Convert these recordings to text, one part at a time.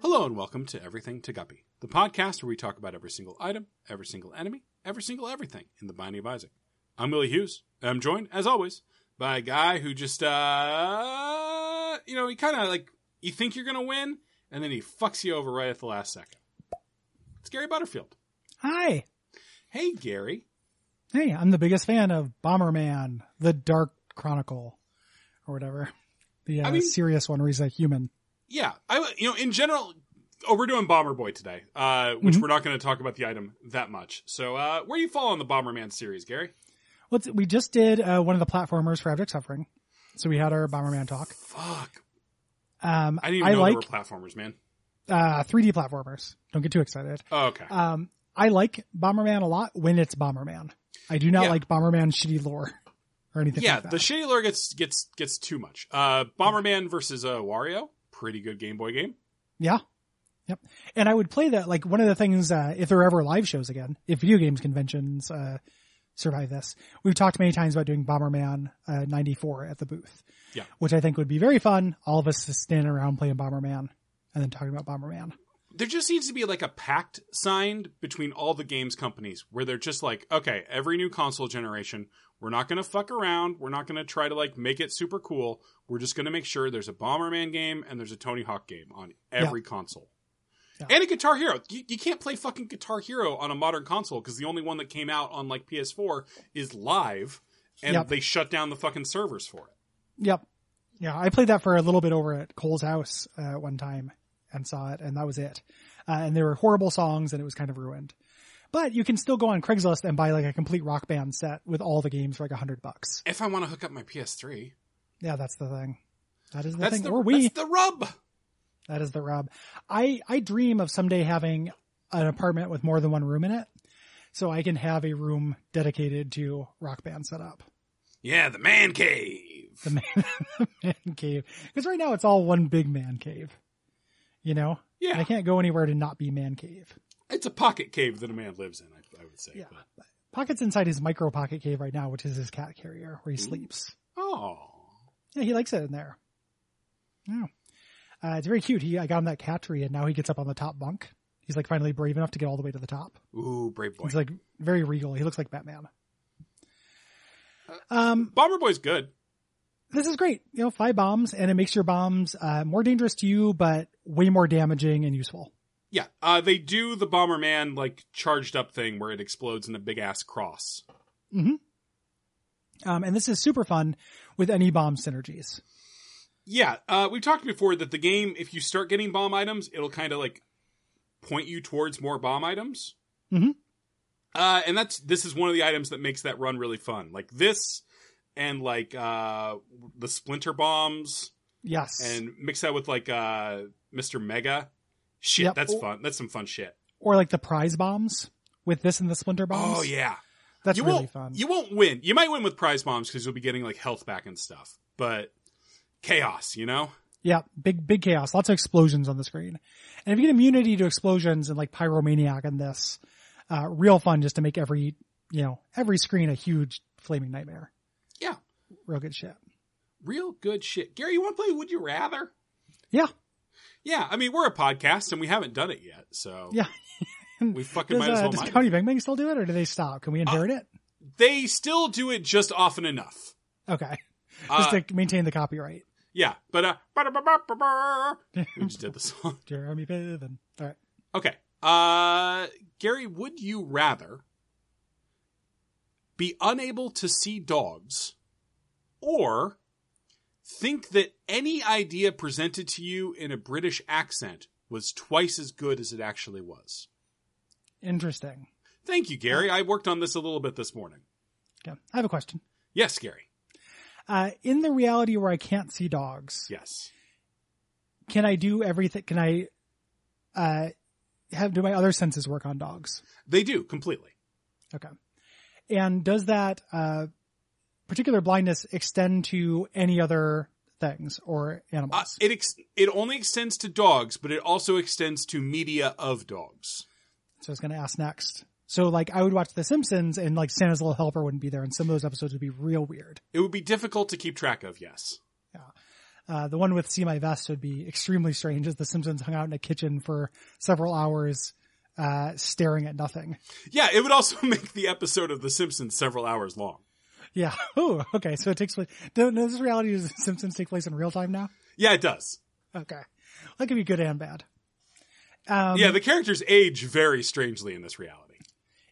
Hello and welcome to Everything to Guppy, the podcast where we talk about every single item, every single enemy, every single everything in the Binding of Isaac. I'm Willie Hughes. and I'm joined, as always, by a guy who just, uh, you know, he kind of like, you think you're going to win, and then he fucks you over right at the last second. It's Gary Butterfield. Hi. Hey, Gary. Hey, I'm the biggest fan of Bomberman, The Dark Chronicle, or whatever. The uh, I mean- serious one where he's a human. Yeah, I you know in general. Oh, we're doing Bomber Boy today, uh, which Mhm. we're not going to talk about the item that much. So, uh, where do you fall on the Bomberman series, Gary? What's, we just did uh, one of the platformers for Abject Suffering. So we had our Bomberman talk. Fuck, Um, I didn't even know there like were platformers, man. uh, 3D platformers. Don't get too excited. Oh, okay, Um, I like Bomberman a lot when it's Bomberman. I do not Yeah. like Bomberman shitty lore or anything yeah, like that. the shitty lore gets gets gets too much. Uh, Bomberman versus uh, Wario, pretty good Game Boy game. Yeah. Yep. And I would play that like one of the things uh if there are ever live shows again, if video games conventions uh survive this. We've talked many times about doing Bomberman uh 94 at the booth. Yeah. Which I think would be very fun. All of us just standing around playing Bomberman and then talking about Bomberman. There just needs to be like a pact signed between all the games companies where they're just like, okay, every new console generation, we're not going to fuck around. We're not going to try to like make it super cool. We're just going to make sure there's a Bomberman game and there's a Tony Hawk game on every console. Yeah. And a Guitar Hero. You, you can't play fucking Guitar Hero on a modern console because the only one that came out on like PS4 is live and Yep. they shut down the fucking servers for it. Yep. Yeah, I played that for a little bit over at Cole's house uh, one time and saw it, and that was it. Uh, and they were horrible songs, and it was kind of ruined. But you can still go on Craigslist and buy like a complete rock band set with all the games for like a hundred bucks. If I want to hook up my PS3, Yeah, that's the thing. That is the that's thing. the, or we. that's the rub. that is the rub. I, I dream of someday having an apartment with more than one room in it. So I can have a room dedicated to rock band setup. Yeah, the man cave. The man, the man cave. Cause right now it's all one big man cave. You know? Yeah. I can't go anywhere to not be man cave. It's a pocket cave that a man lives in, I, I would say. Yeah. but- Pocket's inside his micro pocket cave right now, which is his cat carrier where he Ooh. sleeps. oh. Yeah, he likes it in there. Yeah. Uh, it's very cute. He, I got him that cat tree and now he gets up on the top bunk. He's like finally brave enough to get all the way to the top. Ooh, brave boy. He's like very regal. He looks like Batman. Um, Bomber Boy's good. this is great. You know, five bombs and it makes your bombs, uh, more dangerous to you, but way more damaging and useful. Yeah. Uh, they do the Bomberman, like, charged up thing where it explodes in a big ass cross. Um, and this is super fun with any bomb synergies. Yeah. Uh, we've talked before that the game, if you start getting bomb items, it'll kind of, like, point you towards more bomb items. Mhm. Uh, and that's, this is one of the items that makes that run really fun. Like, this and, like, uh, the Splinter Bombs. Yes. and mix that with like uh Mr. Mega. Shit, Yep. that's Oh. fun. That's some fun shit. or like the prize bombs with this and the splinter bombs. Oh yeah. That's you really won't fun. you won't win. You might win with prize bombs cuz you'll be getting like health back and stuff. But chaos, you know? Yeah, big big chaos, lots of explosions on the screen, and if you get immunity to explosions and like pyromaniac and this, uh, real fun just to make every you know every screen a huge flaming nightmare. Yeah. real good shit. Real good shit. Gary, you want to play Would You Rather? Yeah. Yeah, I mean, we're a podcast and we haven't done it yet. So Yeah. we fucking does might as uh, well Uh, does might. Cody Bang Bang still do it, or do they stop? Can we inherit it? They still do it just often enough. Okay, Uh, just to maintain the copyright. yeah, but uh we just did the song. Jeremy Piven. All right. Okay. Uh Gary, would you rather be unable to see dogs or think that any idea presented to you in a British accent was twice as good as it actually was? Interesting. Thank you, Gary. I worked on this a little bit this morning. Okay. I have a question. Yes, Gary. Uh, in the reality where I can't see dogs, Yes. can I do everything? Can I, uh, have, do my other senses work on dogs? They do completely. Okay. And does that, uh, particular blindness extend to any other things or Uh, animals? it ex- it only extends to dogs, but it also extends to media of dogs. so I was going to ask next. So like I would watch The Simpsons and like Santa's Little Helper wouldn't be there and some of those episodes would be real weird. It would be difficult to keep track of, yes. Uh, the one with "See My Vest" would be extremely strange, as the Simpsons hung out in a kitchen for several hours, uh, staring at nothing. Yeah, it would also make the episode of The Simpsons several hours long. Yeah. Oh, okay. So it takes place. No, no, this reality is Simpsons take place in real time now. Yeah, it does. Okay, that could be good and bad. Um, yeah, the characters age very strangely in this reality.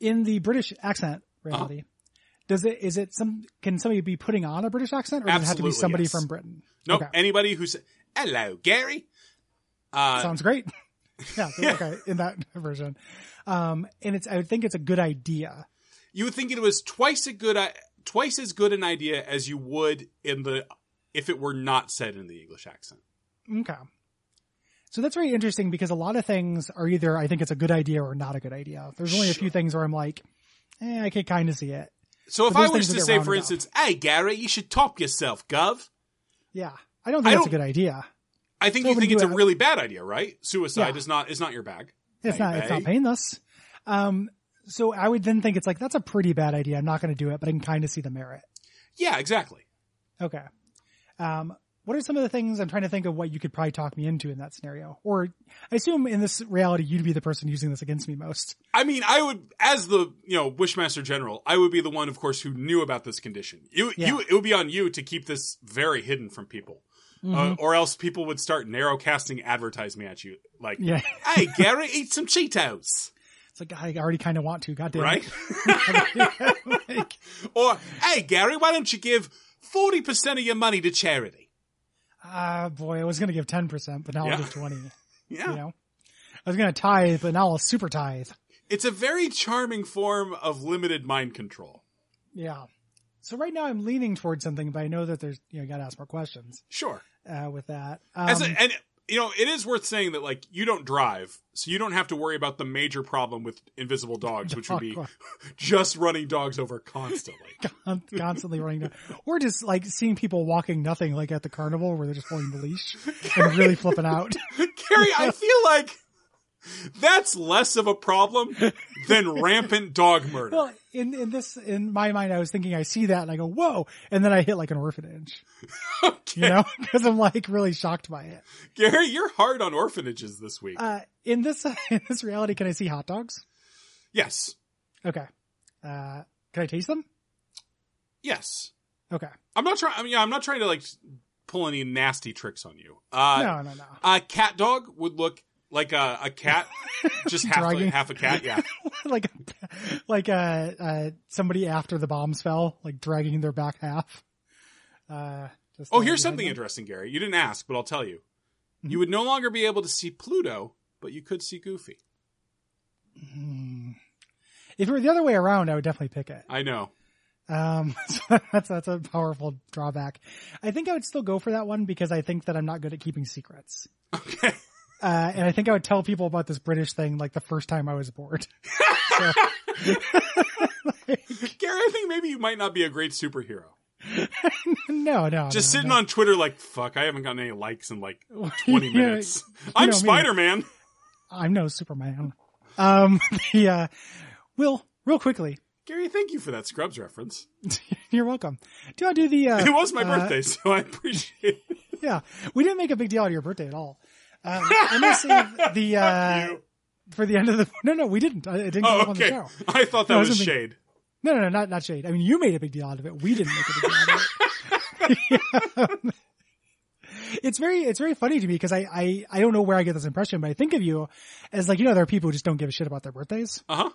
in the British accent Uh-huh. reality, does it is it some can somebody be putting on a British accent, or does it have to be Absolutely, somebody yes. from Britain? Nope. Okay. Anybody who says "Hello, Gary," uh, Sounds great. yeah, Okay. In that version, um, and it's I would think it's a good idea. you would think it was twice a good, i- twice as good an idea as you would in the if it were not said in the English accent. Okay. So that's very interesting because a lot of things are either I think it's a good idea or not a good idea. There's only a few Sure. things where I'm like, eh, I can kind of see it. So if But I those was things to get say, for rounded instance, "Hey, Gary, you should top yourself, Gov," Yeah, I don't I think that's don't- a good idea. I think So you when think you it's a have- really bad idea, right? Suicide Yeah. is not is not your bag. It's not. It's Maybe. not painless. Um, so I would then think it's like that's a pretty bad idea. I'm not going to do it, but I can kind of see the merit. Yeah, exactly. Okay. Um, what are some of the things I'm trying to think of what you could probably talk me into in that scenario? Or I assume in this reality, you'd be the person using this against me most. I mean, I would, as the you know Wishmaster General, I would be the one, of course, who knew about this condition. You, Yeah. you, it would be on you to keep this very hidden from people, Mm-hmm. uh, or else people would start narrowcasting advertisement at you, like, yeah. "Hey, Gary, eat some Cheetos," It's like, I already kind of want to. God damn right? it. Like, or, "Hey, Gary, why don't you give forty percent of your money to charity?" ah, boy, I was going to give 10%, but now Yeah. I'll give 20, you Yeah, know, I was going to tithe, but now I'll super tithe. it's a very charming form of limited mind control. Yeah. So right now I'm leaning towards something, but I know that there's, you know, got to ask more questions, Sure. uh, with that. As a, Um, and you know, it is worth saying that like you don't drive, so you don't have to worry about the major problem with invisible dogs, which would be just running dogs over constantly. I'm constantly running down, or just like seeing people walking nothing, like at the carnival where they're just pulling the leash and really flipping out. Carrie, I feel like that's less of a problem than rampant dog murder. Well, in in this in my mind, I was thinking I see that and I go whoa, and then I hit like an orphanage, okay. you know, because I'm like really shocked by it. Gary, you're hard on orphanages this week. Uh, in this in this reality, can I see hot dogs? yes. Okay, uh, can I taste them? Yes. Okay, I'm not trying I mean yeah, I'm not trying to like pull any nasty tricks on you. Uh no, no, no. a cat dog would look like a, a cat just half Dragging. a, half a cat, yeah. like like uh, uh somebody after the bombs fell, like dragging their back half. Uh, just Oh, like here's behind something them. interesting, Gary. You didn't ask, but I'll tell you. Mhm. You would no longer be able to see Pluto, but you could see Goofy. Hmm. If it were the other way around, I would definitely pick it. I know. Um, so that's that's a powerful drawback. I think I would still go for that one because I think that I'm not good at keeping secrets. Okay. Uh, and I think I would tell people about this British thing like the first time I was bored. So- Gary, I think maybe you might not be a great superhero. no, no, Just no, sitting no. on Twitter like, fuck, I haven't gotten any likes in like 20 Yeah, minutes. I'm know me. Spider Man. I'm no Superman. Um, the uh, Will, real quickly. Gary, thank you for that Scrubs reference. You're welcome. Do I do the? Uh, It was my uh, birthday, so I appreciate it. Yeah, we didn't make a big deal out of your birthday at all. Um, I'm gonna save the uh, you. for the end of the. No, no, we didn't. I- It didn't come Oh, up on the okay. show. I thought that No, was it's something- shade. No, no, no, not not shade. I mean, you made a big deal out of it. We didn't make a big deal out of it. It's very, it's very funny to me because I, I, I don't know where I get this impression, but I think of you as like, you know, there are people who just don't give a shit about their birthdays. Uh huh.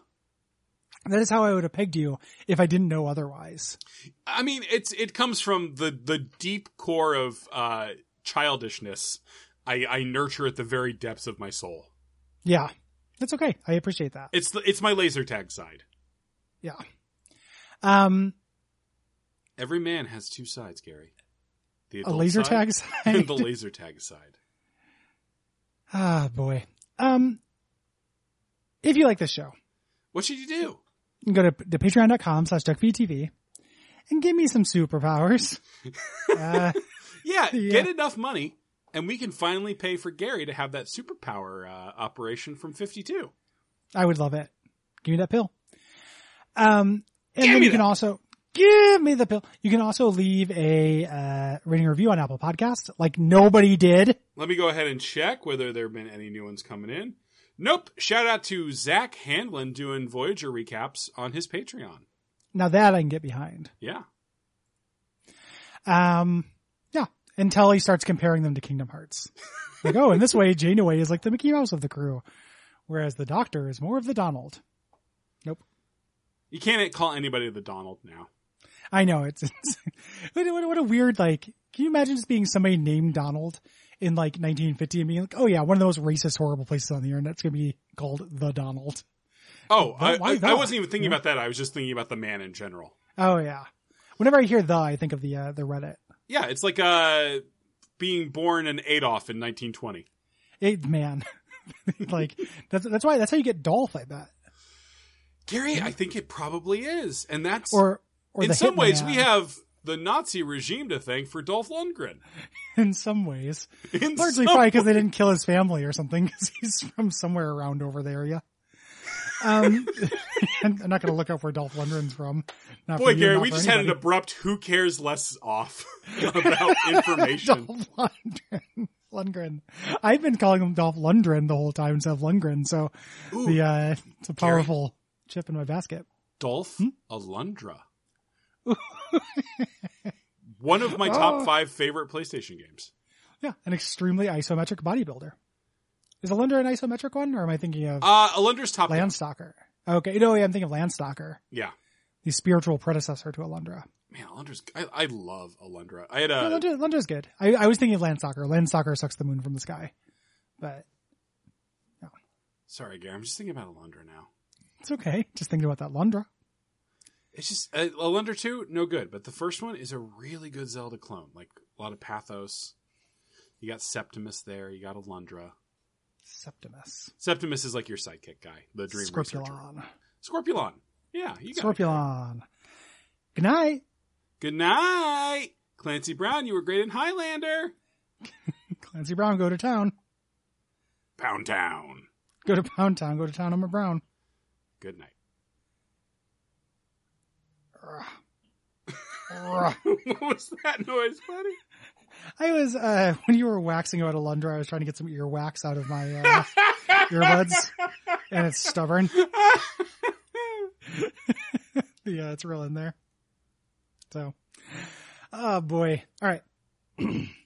That is how I would have pegged you if I didn't know otherwise. I mean, it's it comes from the the deep core of uh, childishness. I, I nurture at the very depths of my soul. Yeah. That's okay. I appreciate that. It's the, it's my laser tag side. Yeah. Um, Every man has two sides, Gary. The a adult laser side tag and the side. laser tag side. ah, boy. Um, if you like this show, What should you do? you can go to, to patreon.com slash duckfeedtv and give me some superpowers. uh, Yeah, Yeah. get enough money, and we can finally pay for Gary to have that superpower uh, operation from Fifty Two. I would love it. Give me that pill. Um, Give and then me you can that. also Give me the pill. You can also leave a uh, rating review on Apple Podcasts, like nobody did. Let me go ahead and check whether there have been any new ones coming in. Nope. Shout out to Zach Handlin doing Voyager recaps on his Patreon. Now that I can get behind. Yeah. Um, yeah, until he starts comparing them to Kingdom Hearts. Like, oh, in this way, Janeway is like the Mickey Mouse of the crew, whereas the Doctor is more of the Donald. You can't call anybody the Donald now. I know it's, it's what, a- what, a- what a weird like. Can you imagine just being somebody named Donald in like 1950 and being like, oh yeah, one of those racist, horrible places on the internet's gonna be called the Donald. Oh, I, But why I, I not? wasn't even thinking about that. I was just thinking about the man in general. Oh yeah. Whenever I hear the, I think of the uh, the Reddit. Yeah, it's like uh, being born an Adolf in 1920. It, man, like that's that's why that's how you get Dolph. I bet. Gary, I think it probably is, and that's Or or in the some ways we Hitman. have the Nazi regime to thank for Dolph Lundgren. in some ways In largely some- probably because they didn't kill his family or something because he's from somewhere around over the area. Um, I'm not going to look up where Dolph Lundgren's from. Not for boy, you, Gary, not we for just had an anybody. abrupt "who cares less" off about information. Dolph Lundgren. Lundgren. I've been calling him Dolph Lundgren the whole time instead of Lundgren. So Ooh, the uh, it's a powerful chip in my basket. Dolph Hmm? Alundra. One of my top Oh. five favorite PlayStation games. Yeah, an extremely isometric bodybuilder. Is a Lunder an isometric one, or am I thinking of Uh, Alundra's top one. Landstalker? Okay, no, yeah, I'm thinking of Landstalker, Yeah. the spiritual predecessor to Alundra. Man, Alundra's. I, I love Alundra. I had Yeah, a. Lundra, Lundra's good. I, I was thinking of Land Soccer. Land Soccer sucks the moon from the sky, but Sorry, Gary. I'm just thinking about Alundra now. it's okay. Just thinking about that Lundra. It's just uh, Alundra two, no good. But the first one is a really good Zelda clone. Like a lot of pathos. You got Septimus there. You got Alundra. Septimus. Septimus is like your sidekick guy, the dream researcher. Scorpulon. Scorpulon. Yeah, you got it. Scorpulon. Good night. Good night, Clancy Brown. You were great in Highlander. Clancy Brown, go to town. Pound Town. Go to Pound Town. Go to town. I'm a Brown. Good night. Ugh. Ugh. what was that noise, buddy? I was uh when you were waxing about Alundra, I was trying to get some ear wax out of my uh, earbuds, and it's stubborn. yeah, ah, it's real in there. So, oh boy. All right.